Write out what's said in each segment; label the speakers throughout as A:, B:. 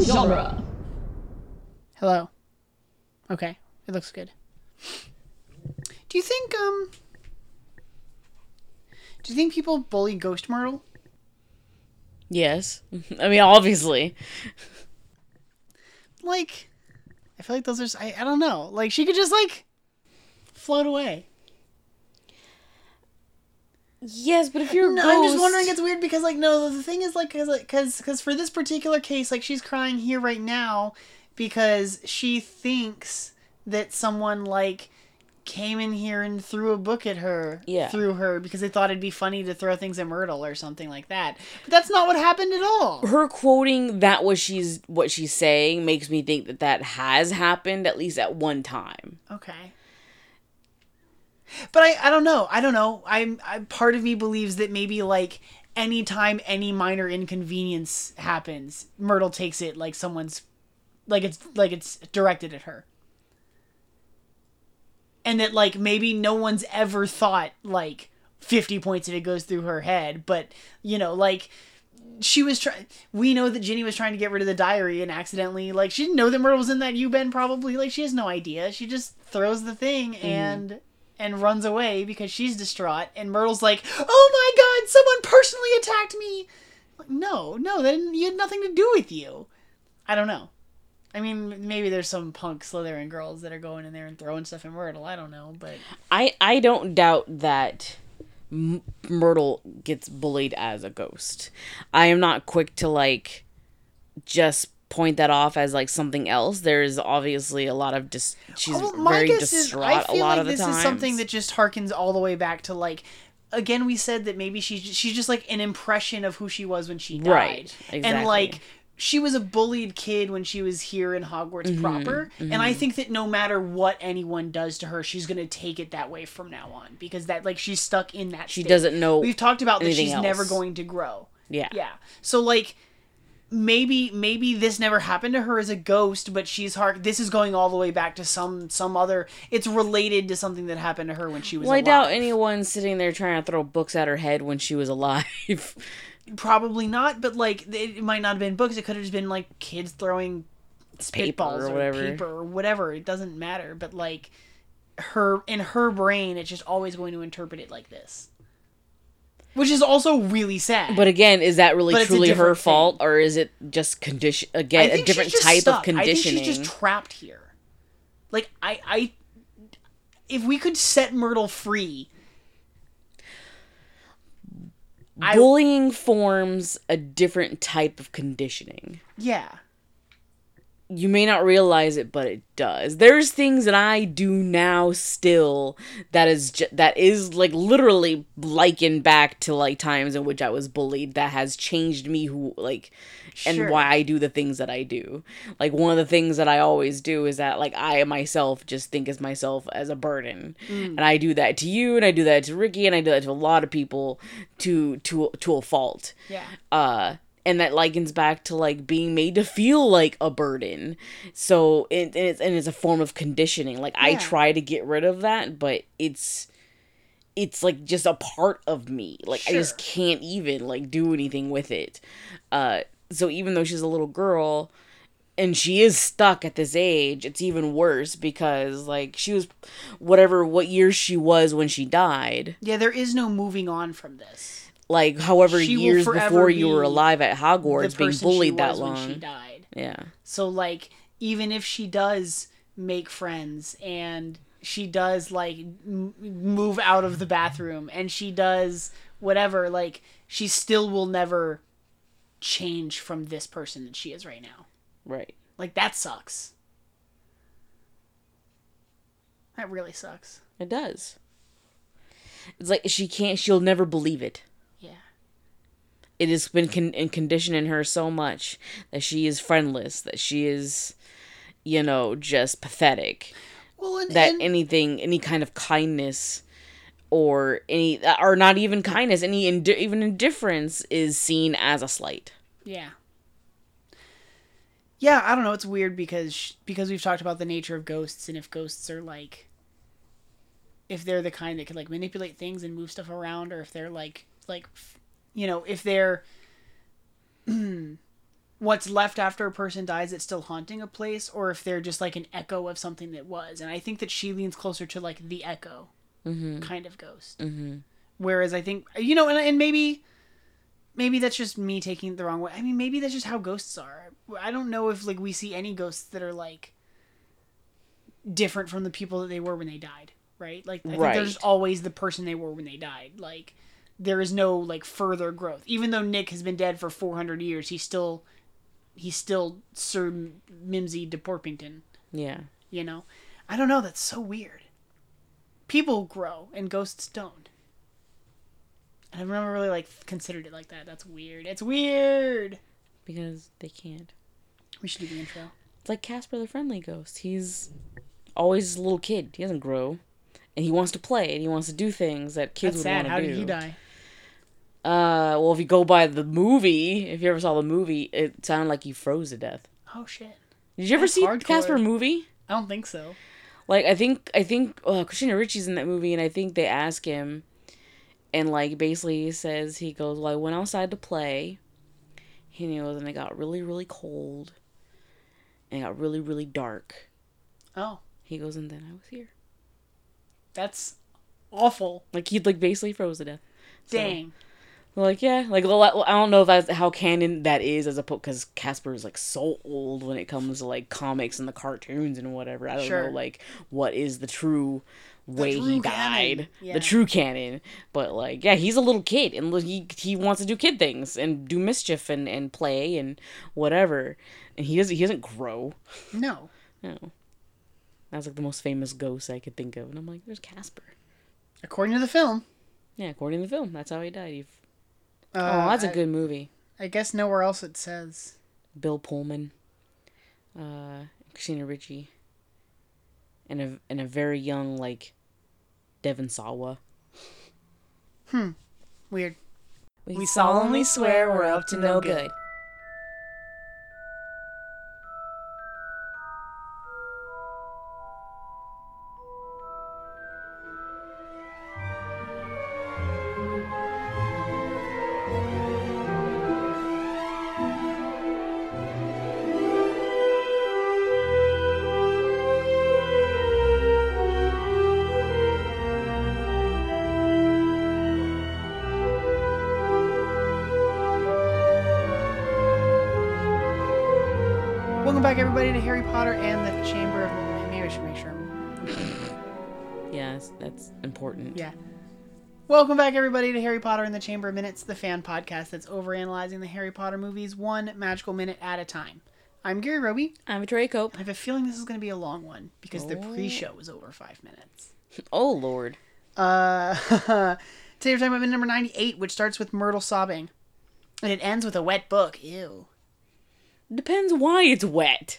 A: genre.
B: Hello. Okay, it looks good. Do you think um? Do you think people bully Ghost Myrtle?
C: Yes. I mean, obviously.
B: Like, I feel like those are. s- I, I don't know. Like she could just like float away.
C: Yes, but if you're
B: No, I'm just wondering. It's weird because like no, the thing is like because because for this particular case, like she's crying here right now because she thinks that someone like came in here and threw a book at her
C: Yeah.
B: through her because they thought it'd be funny to throw things at Myrtle or something like that. But that's not what happened at all.
C: her quoting that what she's what she's saying makes me think that that has happened at least at one time.
B: Okay. But I, I don't know. I don't know. I'm I, part of me believes that maybe like anytime any minor inconvenience happens, Myrtle takes it like someone's like it's like it's directed at her. And that like maybe no one's ever thought like 50 points if it goes through her head, but you know, like she was trying we know that Ginny was trying to get rid of the diary and accidentally like she didn't know that Myrtle was in that U bend probably. Like she has no idea. She just throws the thing and and runs away because she's distraught and Myrtle's like, "Oh my god, someone personally attacked me." Like, no, no, that didn't, you had nothing to do with you. I don't know. I mean, maybe there's some punk Slytherin girls that are going in there and throwing stuff at Myrtle. I don't know, but
C: I I don't doubt that M- Myrtle gets bullied as a ghost. I am not quick to like just point that off as like something else. There's obviously a lot of dis- she's
B: Well,
C: very distraught a lot
B: like
C: of the
B: this
C: time.
B: is something that just harkens all the way back to like again we said that maybe she's just, she's just like an impression of who she was when she died
C: Right,
B: and
C: exactly.
B: like she was a bullied kid when she was here in Hogwarts
C: Mm-hmm.
B: proper and I think that no matter what anyone does to her she's going to take it that way from now on because that like she's stuck in that
C: she doesn't know
B: We've talked about that
C: anything
B: she's never
C: else.
B: going to grow.
C: Yeah.
B: Yeah. So like maybe maybe this never happened to her as a ghost, but she's hard this is going all the way back to some some other it's related to something that happened to her when she was
C: Well, I
B: alive.
C: doubt anyone's sitting there trying to throw books at her head when she was alive.
B: Probably not, but like it might not have been books, it could have just been like kids throwing spitballs or,
C: whatever.
B: paper or whatever. It doesn't matter, but like her in her brain it's just always going to interpret it like this. Which is also really sad.
C: But again, is that really
B: But it's a
C: truly her
B: different
C: fault, or is it just condition again a
B: think
C: different
B: she's just
C: type of
B: stuck.
C: conditioning?
B: I think she's just trapped here. Like I, I, if we could set Myrtle free, I-
C: Bullying forms a different type of conditioning.
B: yeah,
C: You may not realize it, but it does. There's things that I do now still that is ju- that is like literally likened back to like times in which I was bullied. That has changed me who like and
B: Sure.
C: why I do the things that I do. Like one of the things that I always do is that like I myself just think as myself as a burden.
B: Mm.
C: And I do that to you and I do that to Ricky and I do that to a lot of people to to to a fault.
B: yeah,
C: Uh and that likens back to like being made to feel like a burden. So it, and it's and it's a form of conditioning. Like I
B: Yeah.
C: try to get rid of that, but it's it's like just a part of me. Like I just
B: Sure.
C: can't even like do anything with it. Uh so even though she's a little girl and she is stuck at this age, it's even worse because like she was whatever what year she was when she died,
B: yeah. There is no moving on from this.
C: like however
B: She will
C: years
B: forever
C: before you were
B: be
C: alive at
B: The
C: Hogwarts being
B: person she
C: bullied that
B: was
C: long.
B: when she died.
C: Yeah.
B: So like, even if she does make friends and she does like m- move out of the bathroom and she does whatever, like she still will never change from this person that she is right now.
C: Right.
B: Like that sucks. That really sucks.
C: It does. It's like she can't. She'll never believe it.
B: Yeah.
C: It has been con- in conditioned in her so much that she is friendless. That she is, you know, just pathetic.
B: Well, and,
C: That
B: and-
C: anything, any kind of kindness, or any, or not even kindness, any indi- even indifference is seen as a slight.
B: yeah. Yeah, I don't know. It's weird because sh- because we've talked about the nature of ghosts and if ghosts are like if they're the kind that can like manipulate things and move stuff around or if they're like like f- you know, if they're what's left after a person dies that's still haunting a place or if they're just like an echo of something that was and i think that she leans closer to like the echo kind of ghost whereas i think you know and, and maybe maybe that's just me taking it the wrong way i mean maybe that's just how ghosts are i don't know if like we see any ghosts that are like different from the people that they were when they died right like i think
C: Right.
B: there's just always the person they were when they died like there is no like further growth even though nick has been dead for 400 years he's still he's still sir mimsy de porpington
C: Yeah.
B: you know i don't know that's so weird people grow and ghosts don't and i've never really like considered it like that that's weird it's weird
C: Because they can't.
B: we should do the intro
C: It's like Casper the Friendly Ghost. He's always a little kid. He doesn't grow. And he wants to play and he wants to do things that kids
B: that's
C: would want
B: sad
C: to do.
B: how did he die
C: Uh, well, if you go by the movie, if you ever saw the movie, it sounded like he froze to death.
B: oh shit
C: Did you ever
B: That's
C: see the
B: hardcore.
C: Casper movie?
B: i don't think so
C: Like, I think I think uh, Christina Ricci's in that movie, and I think they ask him, and like basically he says he goes, "Well, I went outside to play," and he goes, "And it got really, really cold, and it got really, really dark."
B: oh
C: He goes, "And then I was here."
B: that's awful
C: Like he like basically froze to death. So-
B: dang
C: Like yeah, like well, I well, I don't know if that's how canon that is as a because Casper is like so old when it comes to like comics and the cartoons and whatever. I don't
B: Sure.
C: know like what is the true way he
B: true canon,
C: died,
B: yeah.
C: the true canon. But like yeah, he's a little kid and look, he he wants to do kid things and do mischief and and play and whatever. And he doesn't he doesn't grow.
B: no
C: No, that's like the most famous ghost I could think of. And I'm like, there's Casper.
B: according to the film
C: Yeah, according to the film, that's how he died. You've...
B: uh,
C: oh, that's a
B: I-
C: good movie.
B: I guess nowhere else it says.
C: Bill Pullman, uh, Christina Ricci, and a and a very young like Devon Sawa.
B: Weird. We solemnly swear we're up to no good. Welcome back, everybody, to Harry Potter and the Chamber of. Maybe I should make sure. I'm-
C: Yeah, that's, that's important.
B: Yeah. Welcome back, everybody, to Harry Potter and the Chamber of Minutes, the fan podcast that's overanalyzing the Harry Potter movies one magical minute at a time. I'm Gary Roby.
C: I'm a Trey Cope.
B: I have a feeling this is going to be a long one because the pre-show was over five minutes.
C: Oh Lord.
B: Uh, today we're talking about minute number 98, which starts with Myrtle sobbing. And it ends with a wet book. Ew.
C: Depends why it's wet.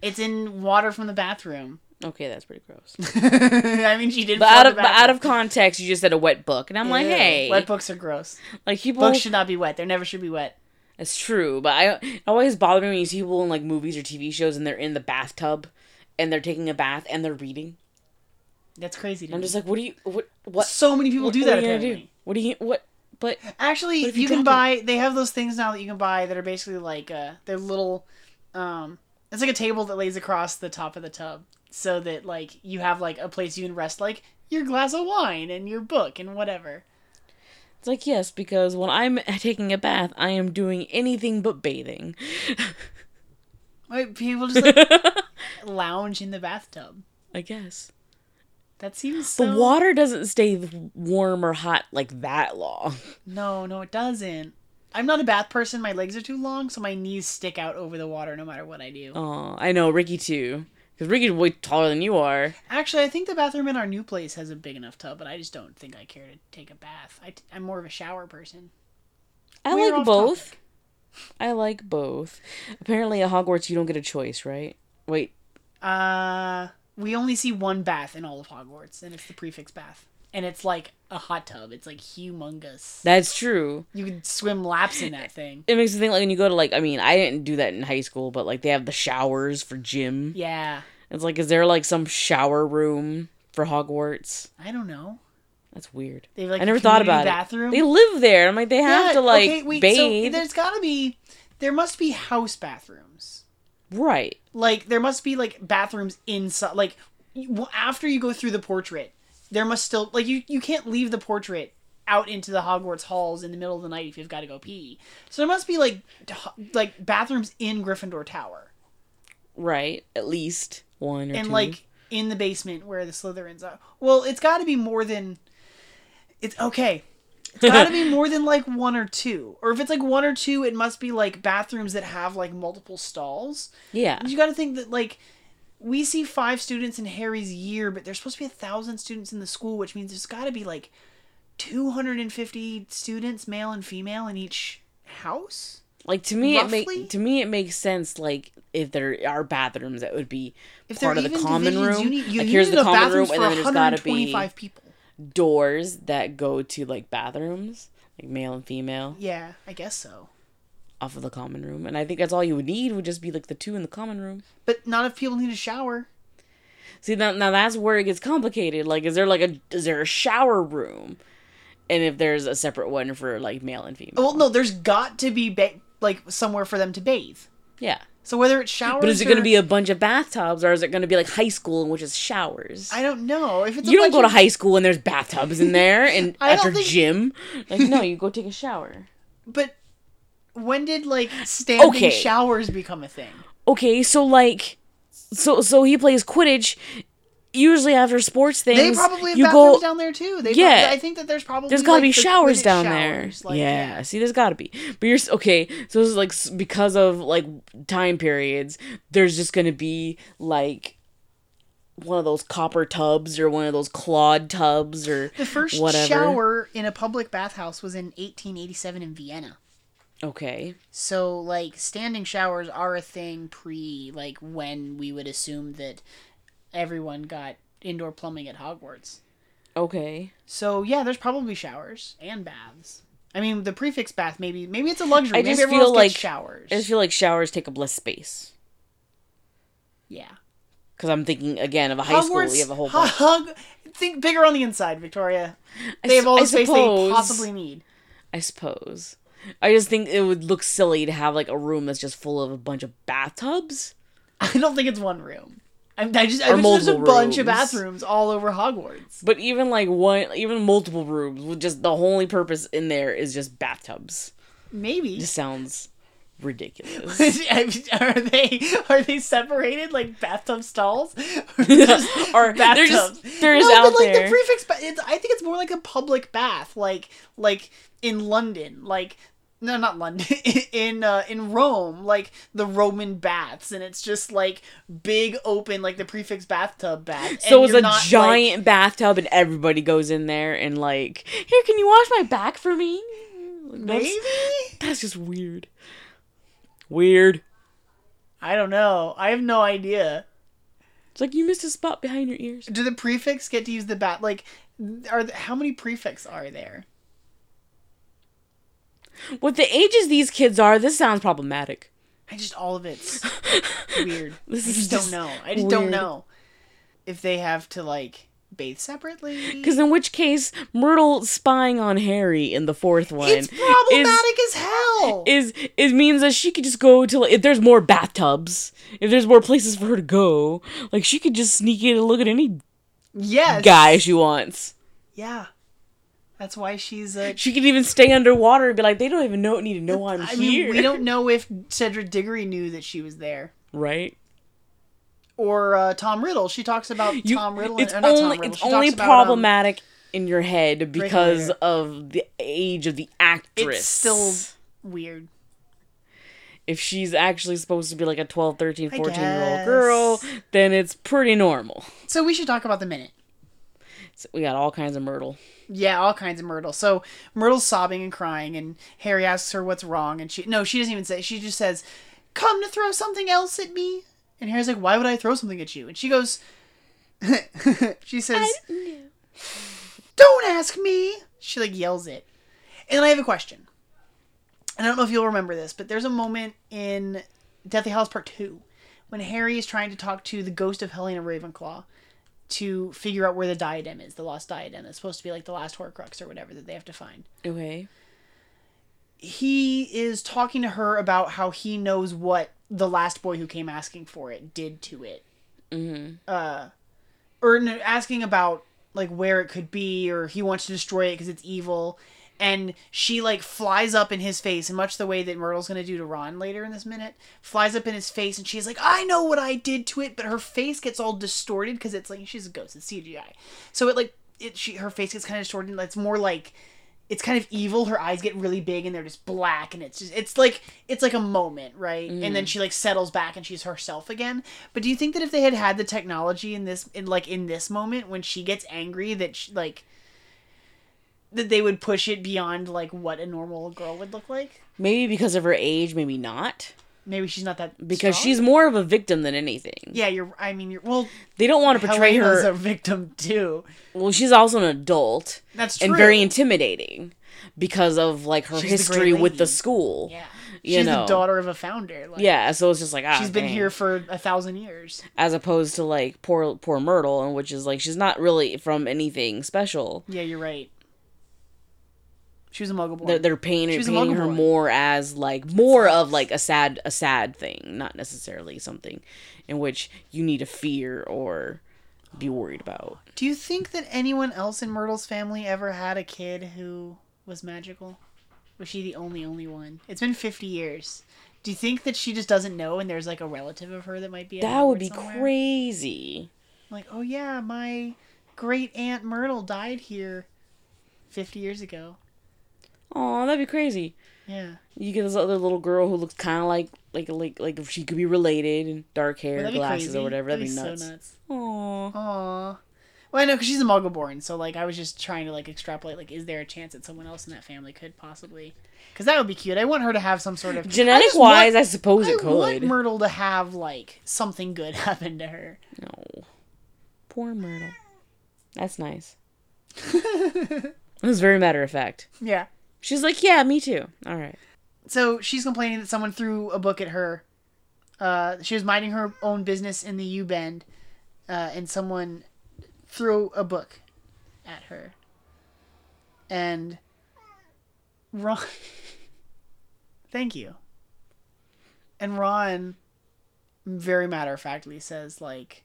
B: It's in water from the bathroom.
C: Okay, that's pretty gross.
B: I mean, she did.
C: But
B: flood
C: out
B: the
C: of but out
B: bathroom.
C: of context, you just said a wet book, and I'm like,
B: Ew.
C: hey,
B: wet books are gross.
C: like people.
B: Books should not be wet. They never should be wet.
C: It's true, but I it always bothers me when you see people in like movies or TV shows, and they're in the bathtub, and they're taking a bath and they're reading.
B: That's crazy. To
C: I'm
B: me.
C: just like, what do you what what
B: so many people
C: what,
B: do that
C: What are you gonna
B: apparently.
C: do? What do you what? But
B: Actually,
C: if
B: you,
C: you
B: can
C: drop
B: buy. They have those things now that you can buy that are basically like uh, they're little. Um, it's like a table that lays across the top of the tub, so that like you have like a place you can rest, like your glass of wine and your book and whatever.
C: it's like yes, because when I'm taking a bath, I am doing anything but bathing.
B: Wait, people just like lounge in the bathtub.
C: I guess
B: That seems so.
C: the water doesn't stay warm or hot like that long.
B: No, no, it doesn't. I'm not a bath person. My legs are too long, so my knees stick out over the water no matter what I do.
C: Oh, I know Ricky too, because Ricky's way taller than you are.
B: Actually, I think the bathroom in our new place has a big enough tub, but I just don't think I care to take a bath. I, am more of a shower person.
C: I
B: We're
C: like
B: off
C: both. I like both. Apparently, at Hogwarts, you don't get a choice, right? Wait,
B: Uh, we only see one bath in all of Hogwarts, and it's the prefix bath. And it's like a hot tub. It's like humongous.
C: that's true.
B: You can swim laps in that thing.
C: It makes me think like when you go to like I mean I didn't do that in high school, but like they have the showers for gym.
B: Yeah.
C: It's like, is there like some shower room for Hogwarts?
B: I don't know.
C: That's weird.
B: They have, like
C: I
B: a
C: never thought
B: community
C: about
B: bathroom.
C: it. They live there. I'm like, they have
B: Yeah,
C: to like
B: okay, wait,
C: bathe.
B: So there's got to be there must be house bathrooms.
C: Right.
B: Like there must be like bathrooms inside. Like you- after you go through the portrait, there must still like you you can't leave the portrait out into the Hogwarts halls in the middle of the night if you've got to go pee. So there must be like d- like bathrooms in Gryffindor Tower
C: Right. At least one or
B: and
C: two.
B: like in the basement where the Slytherins are. Well, it's got to be more than it's okay. It's got to be more than like one or two. Or if it's like one or two, it must be like bathrooms that have like multiple stalls.
C: yeah.
B: You got to think that like we see five students in Harry's year, but there's supposed to be a thousand students in the school, which means there's got to be like 250 students, male and female, in each house.
C: Like to me, it
B: Roughly?
C: make to me it makes sense. Like if there are bathrooms, that would be
B: If there
C: part of the
B: even
C: common
B: divisions,
C: room.
B: you need, you
C: like
B: need
C: here's the
B: enough
C: common room,
B: bathrooms
C: and
B: for
C: then there's got to be
B: 125 people.
C: doors that go to like bathrooms, like male and female,
B: Yeah, I guess so.
C: off of the common room. And I think that's all you would need would just be like the two in the common room.
B: But not if people need a shower.
C: See now, now that's where it gets complicated. Like, is there like a is there a shower room, and if there's a separate one for like male and female?
B: Well, no, there's got to be ba- like somewhere for them to bathe.
C: yeah.
B: So whether it's showers,
C: But is it
B: or-
C: going to be a bunch of bathtubs, or is it going to be like high school, which is showers?
B: I don't know. If it's a
C: you don't
B: bunch
C: go to
B: of-
C: high school and there's bathtubs in there and
B: I
C: at
B: don't
C: your
B: think-
C: gym. Like no, you go take a shower.
B: But when did like standing
C: Okay.
B: showers become a thing?
C: Okay, so like, so so he plays Quidditch. Usually after sports things,
B: They probably have
C: you
B: bathrooms
C: go.
B: down there too. They
C: Yeah.
B: probably, I think that there's probably
C: There's gotta
B: like,
C: be
B: the
C: showers
B: Quidditch
C: down
B: showers,
C: there.
B: like,
C: yeah, see, there's gotta be. But you're s- okay. So this is like s- because of like time periods. There's just gonna be like one of those copper tubs or one of those clawed tubs or
B: The first
C: whatever.
B: shower in a public bathhouse was in 1887 in Vienna.
C: Okay,
B: So like standing showers are a thing pre like when we would assume that everyone got indoor plumbing at Hogwarts.
C: okay.
B: So yeah, there's probably showers and baths. I mean, the prefix bath maybe maybe it's a
C: I
B: luxury. maybe
C: just
B: everyone
C: feel
B: else gets
C: like-
B: showers.
C: I just feel like showers take up less space.
B: yeah.
C: Because I'm thinking again of a high school. You have a whole
B: Hog-
C: bunch.
B: hog- think bigger on the inside, Victoria. They
C: I
B: have
C: s-
B: all the
C: I
B: space they
C: suppose-
B: possibly need.
C: I suppose. I just think it would look silly to have like a room that's just full of a bunch of bathtubs.
B: I don't think it's one room. I, I just I
C: Or
B: bet you there's a
C: multiple
B: bunch of
C: rooms.
B: bathrooms all over Hogwarts.
C: But even like one, even multiple rooms with just the only purpose in there is just bathtubs.
B: Maybe
C: Just sounds ridiculous.
B: are they are they separated like bathtub stalls? or
C: or they're just they're just
B: no,
C: out
B: but like
C: there.
B: the prefix. Ba- it's, I think it's more like a public bath, like like in London, like no, not London, in uh, in Rome, like the Roman baths, and it's just like big open, like the prefix bathtub bath. and
C: so it's
B: you're
C: a
B: not, like-
C: giant bathtub, and everybody goes in there and like, here, can you wash my back for me? Like, that's-
B: maybe.
C: that's just weird. Weird.
B: I don't know. I have no idea.
C: It's like you missed a spot behind your ears.
B: Do the prefix get to use the bat? Like, are th- how many prefix are there?
C: With the ages these kids are, this sounds problematic.
B: I just all of it's weird.
C: This
B: I
C: is
B: just
C: just
B: don't know. I just don't
C: weird.
B: know if they have to like bathe separately.
C: Because in which case, Myrtle spying on Harry in the fourth one
B: it's
C: is
B: problematic as hell.
C: is it means that she could just go to like, if there's more bathtubs, if there's more places for her to go, like she could just sneak in and look at any
B: yes,
C: guy she wants.
B: Yeah, that's why she's a.
C: She could even stay underwater and be like, they don't even know need to know I'm
B: I
C: here,
B: mean, we don't know if Cedric Diggory knew that she was there.
C: right?
B: Or uh, Tom Riddle. She talks about
C: You-
B: Tom Riddle.
C: It's
B: and, or not
C: only
B: Tom Riddle.
C: it's
B: She talks
C: only
B: about, um,
C: problematic in your head because
B: Riddler.
C: of the age of the actress.
B: it's still weird.
C: if she's actually supposed to be like a 12, 13,
B: I
C: 14 year old girl,
B: guess.
C: then it's pretty normal.
B: So we should talk about the minute.
C: So we got all kinds of Myrtle.
B: Yeah, all kinds of Myrtle. So Myrtle's sobbing and crying, and Harry asks her what's wrong, and she no, she doesn't even say. She just says, "Come to throw something else at me." And Harry's like, "Why would I throw something at you?" And she goes, she says, "Don't ask me." She like yells it, and I have a question. And I don't know if you'll remember this, but there's a moment in Deathly Hallows Part Two when Harry is trying to talk to the ghost of Helena Ravenclaw to figure out where the diadem is, the lost diadem. It's supposed to be like the last Horcrux or whatever that they have to find.
C: Okay.
B: he is talking to her about how he knows what the last boy who came asking for it did to it. Mm-hmm. Uh, or no, asking about like where it could be, or he wants to destroy it because it's evil. And she like flies up in his face, in much the way that Myrtle's gonna do to Ron later in this minute. Flies up in his face, and she's like, "I know what I did to it," but her face gets all distorted because it's like she's a ghost. It's CGI, so it like it she her face gets kind of distorted. and It's more like it's kind of evil. Her eyes get really big and they're just black, and it's just it's like it's like a moment, right? And
C: Mm.
B: then she like settles back and she's herself again. But do you think that if they had had the technology in this, in like in this moment when she gets angry, that she, like that they would push it beyond like what a normal girl would look like?
C: Maybe because of her age, maybe not.
B: Maybe she's not that
C: Because
B: strong?
C: she's more of a victim than anything.
B: yeah. You're I mean you're well.
C: They don't want to portray
B: Helena's
C: her.
B: a victim too.
C: well, she's also an adult
B: That's true.
C: and very intimidating because of like her
B: She's the
C: history
B: great
C: with the
B: lady.
C: school.
B: yeah.
C: you
B: She's
C: know.
B: the daughter of a founder. Like,
C: Yeah, so it's just like ah,
B: She's been
C: dang.
B: here for a thousand years.
C: as opposed to like poor poor Myrtle, and which is like she's not really from anything special.
B: Yeah, you're right. She was a muggle born.
C: They're, they're painting,
B: She was a
C: painting her
B: muggle boy.
C: more as like more of like a sad a sad thing, not necessarily something in which you need to fear or be worried about.
B: Do you think that anyone else in Myrtle's family ever had a kid who was magical? Was she the only only one? It's been 50 years. Do you think that she just doesn't know and there's like a relative of her that might be at
C: That
B: Hogwarts
C: would be
B: somewhere?
C: crazy.
B: Like, "Oh yeah, my great aunt Myrtle died here 50 years ago."
C: Oh, that'd be crazy.
B: Yeah.
C: You get this other little girl who looks kind of like like like like if she could be related and dark hair,
B: Would that be
C: glasses
B: crazy?
C: or whatever. That'd, be nuts.
B: so nuts.
C: Aw.
B: Aww. Well, I know because she's a muggle born, so like I was just trying to like extrapolate like is there a chance that someone else in that family could possibly? Because that would be cute. I want her to have some sort of I
C: Genetic
B: just want-
C: wise, I suppose
B: I
C: it
B: want
C: could.
B: Myrtle to have like something good happen to her.
C: No. Poor Myrtle. That's nice. it was very matter of fact.
B: Yeah.
C: She's like, yeah, me too. All right.
B: So she's complaining that someone threw a book at her. Uh, she was minding her own business in the U Bend, uh, and someone threw a book at her. And Ron, thank you. And Ron, very matter of factly, says like,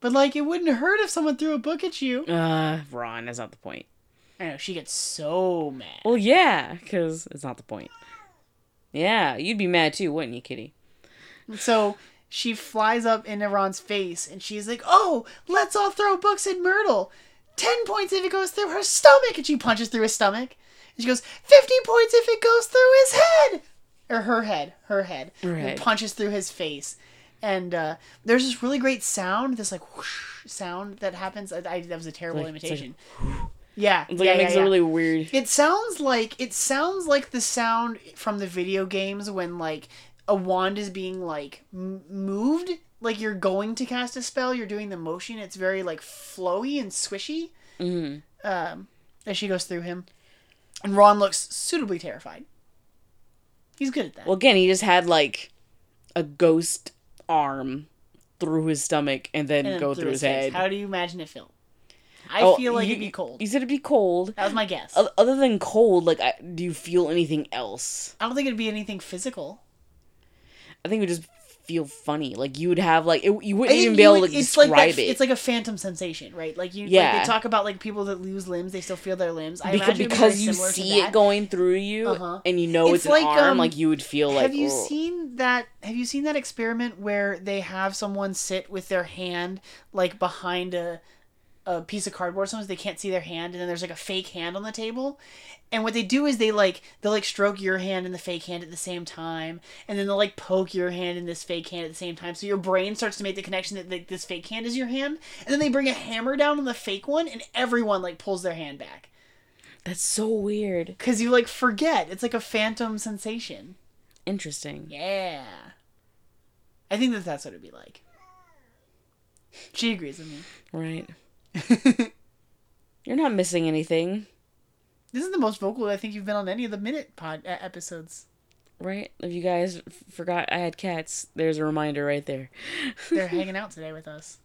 B: "But like, it wouldn't hurt if someone threw a book at you."
C: Uh, Ron, that's not the point.
B: I know she gets so mad.
C: Well, yeah, because it's not the point. Yeah, you'd be mad too, wouldn't you, Kitty?
B: So she flies up into Ron's face and she's like, Oh, let's all throw books at Myrtle. 10 points if it goes through her stomach. And she punches through his stomach. And she goes, 50 points if it goes through his head. Or her head. Her head.
C: Her
B: And
C: head.
B: punches through his face. And uh, there's this really great sound, this like whoosh sound that happens. I, I- that was a terrible
C: Like- it's like-
B: imitation. yeah.
C: It's like
B: yeah,
C: it
B: yeah,
C: makes
B: yeah.
C: it really weird.
B: It sounds like it sounds like the sound from the video games when like a wand is being like m- moved, like you're going to cast a spell, you're doing the motion. It's very like flowy and swishy.
C: Mm-hmm.
B: Um, as she goes through him, and Ron looks suitably terrified. He's good at that.
C: Well, again, he just had like a ghost arm through his stomach and then
B: And then
C: go through his
B: face.
C: head.
B: How do you imagine it felt? I
C: Oh,
B: feel like
C: you-
B: it'd be cold.
C: You said it'd be cold.
B: that was my guess.
C: O- Other than cold, like, I, do you feel anything else?
B: I don't think it'd be anything physical.
C: I think it would just feel funny. Like you would have like it, you wouldn't
B: I
C: even
B: think
C: be
B: you
C: able
B: would-
C: to
B: it's
C: describe
B: like that-
C: it.
B: It's like a phantom sensation, right? Like you, like
C: Yeah.
B: they talk about like people that lose limbs, they still feel their limbs. I
C: because,
B: imagine it'd be
C: because
B: very
C: you
B: similar to
C: see
B: that.
C: it going through you
B: Uh-huh.
C: and you know
B: It's
C: it's,
B: like,
C: an arm,
B: um,
C: like you would feel like. oh.
B: have you
C: "Ugh."
B: seen that? Have you seen that experiment where they have someone sit with their hand like behind a a piece of cardboard? Sometimes they can't see their hand, and then there's like a fake hand on the table. And what they do is they like they'll like stroke your hand and the fake hand at the same time, and then they'll like poke your hand and this fake hand at the same time. So your brain starts to make the connection that like this fake hand is your hand, and then they bring a hammer down on the fake one, and everyone like pulls their hand back
C: That's so weird.
B: because you like forget. It's like a phantom sensation.
C: Interesting.
B: Yeah. I think that that's what it'd be like. She agrees with me.
C: Right. You're not missing anything,
B: This is the most vocal I think you've been on any of the minute pod uh, episodes.
C: right? If you guys f- forgot I had cats, there's a reminder right there.
B: They're hanging out today with us.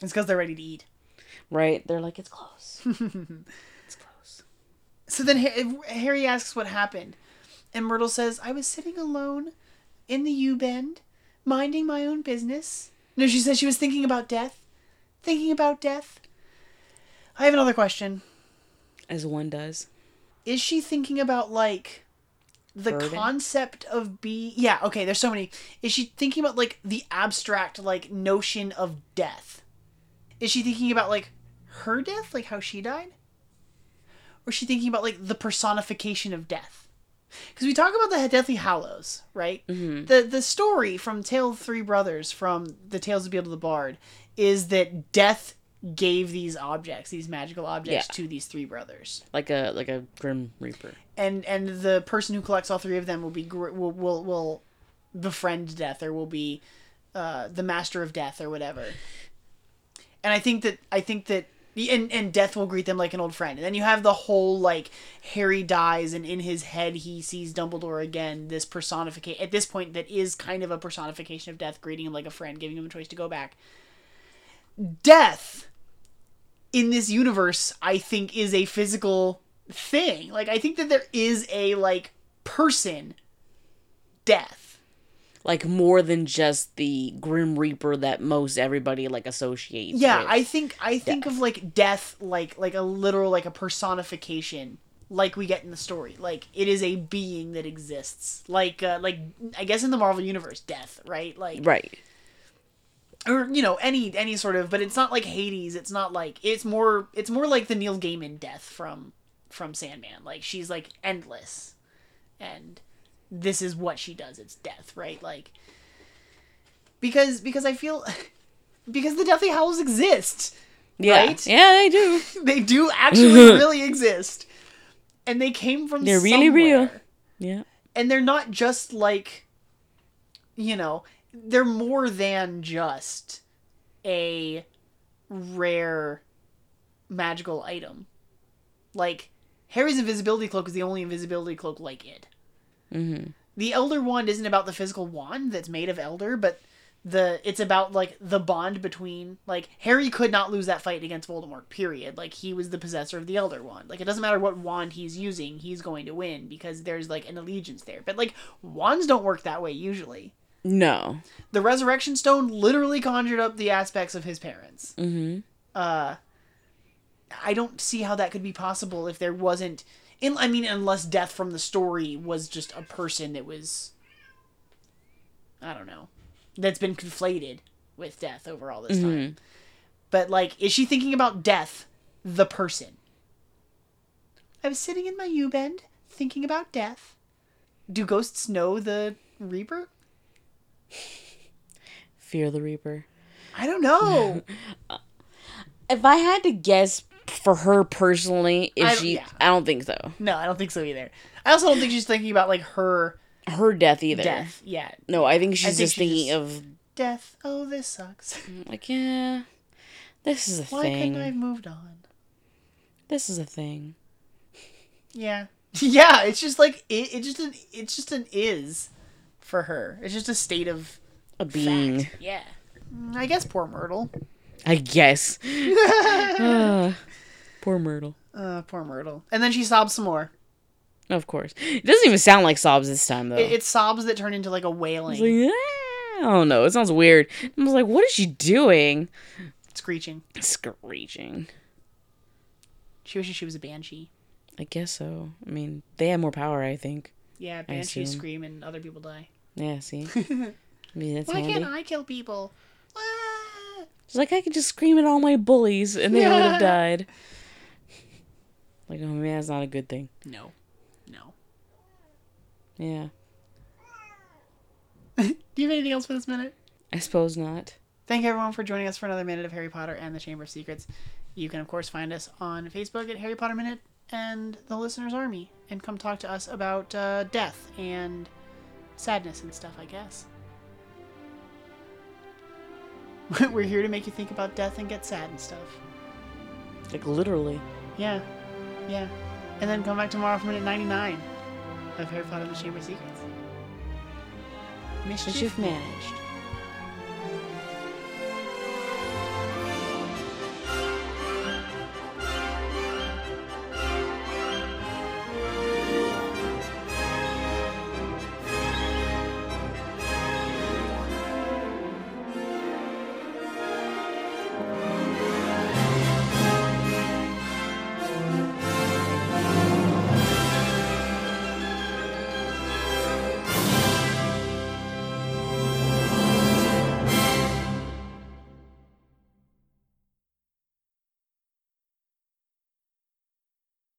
B: It's because they're ready to eat.
C: Right? They're like it's close. it's close.
B: So then Ha- Harry asks what happened, and Myrtle says, "I was sitting alone in the U bend, minding my own business." No, she says she was thinking about death, thinking about death. I have another question.
C: as one does.
B: Is she thinking about like the
C: Burden?
B: concept of be yeah okay there's so many is she thinking about like the abstract like notion of death is she thinking about like her death like how she died or is she thinking about like the personification of death because we talk about the deathly hallows right the the story from tale of three brothers from the tales of Beelzebub the bard is that death gave these objects these magical objects
C: Yeah.
B: to these three brothers
C: Like a like a grim reaper.
B: and and the person who collects all three of them will be gr- will will, will befriend death or will be uh, the master of death or whatever. And I think that I think that and and death will greet them like an old friend. And then you have the whole like Harry dies and in his head he sees Dumbledore again. This personification at this point that is kind of a personification of death greeting him like a friend, giving him a choice to go back. Death in this universe i think is a physical thing like i think that there is a like person death
C: Like more than just the grim reaper that most everybody like associates.
B: yeah
C: with.
B: i think i think of like death like like a literal like a personification like we get in the story like it is a being that exists like uh like i guess in the marvel universe death right like
C: right.
B: or you know any any sort of but it's not like Hades it's not like it's more it's more like the Neil Gaiman death from from Sandman like she's like endless and this is what she does it's death right like because because I feel because the Deathly Howls exist
C: Yeah.
B: Right?
C: Yeah, they do.
B: they do actually really exist and they came from
C: They're really real.
B: somewhere
C: Yeah.
B: and they're not just like you know they're more than just a rare magical item like harry's invisibility cloak is the only invisibility cloak like it the elder wand isn't about the physical wand that's made of elder but the it's about like the bond between like harry could not lose that fight against voldemort period like he was the possessor of the elder wand like it doesn't matter what wand he's using he's going to win because there's like an allegiance there but like wands don't work that way usually
C: No.
B: the resurrection stone literally conjured up the aspects of his parents mm-hmm. uh i don't see how that could be possible if there wasn't in, i mean unless death from the story was just a person that was i don't know that's been conflated with death over all this time but like is she thinking about death the person i was sitting in my u-bend thinking about death do ghosts know the reaper
C: Fear the reaper.
B: i don't know
C: If I had to guess for her personally, if
B: I-
C: she
B: yeah.
C: I don't think so.
B: No, I don't think so either. I also don't think she's thinking about like her
C: Her death either.
B: death yet.
C: No, I think she's
B: think
C: just
B: she
C: thinking
B: Death. Oh, this sucks.
C: of like, yeah, this is a
B: Why
C: thing.
B: couldn't I have moved on?
C: This is a thing.
B: Yeah. Yeah, it's just like it, it just an it's just an is for her. It's just a state of
C: A being,
B: fact. Yeah. Mm, I guess poor Myrtle.
C: I guess. Ah, poor Myrtle.
B: Uh, poor Myrtle. And then she sobs some more.
C: Of course, it doesn't even sound like sobs this time though.
B: It, it's sobs that turn into like a wailing,
C: It's Oh. like, "Ah," I don't know. It sounds weird. I was like, what is she doing?
B: screeching.
C: Screeching.
B: She wishes she was a banshee.
C: I guess so. I mean, they have more power. I think.
B: Yeah, banshees
C: assume.
B: scream and other people die.
C: Yeah. See. I mean, that's
B: Why
C: handy.
B: can't I kill people? Ah!
C: She's like, I could just scream at all my bullies and they would have died. Like, oh man, that's not a good thing.
B: No. No.
C: Yeah,
B: Do you have anything else for this minute?
C: I suppose not.
B: Thank everyone for joining us for another minute of Harry Potter and the Chamber of Secrets. You can, of course, find us on Facebook at Harry Potter Minute and the Listener's Army and come talk to us about uh, death and sadness and stuff, I guess. We're here to make you think about death and get sad and stuff.
C: Like, literally.
B: Yeah. Yeah. And then come back tomorrow for minute 99 of Harry Potter and the Chamber of Secrets. Mischief,
C: Mischief
B: managed. Bye.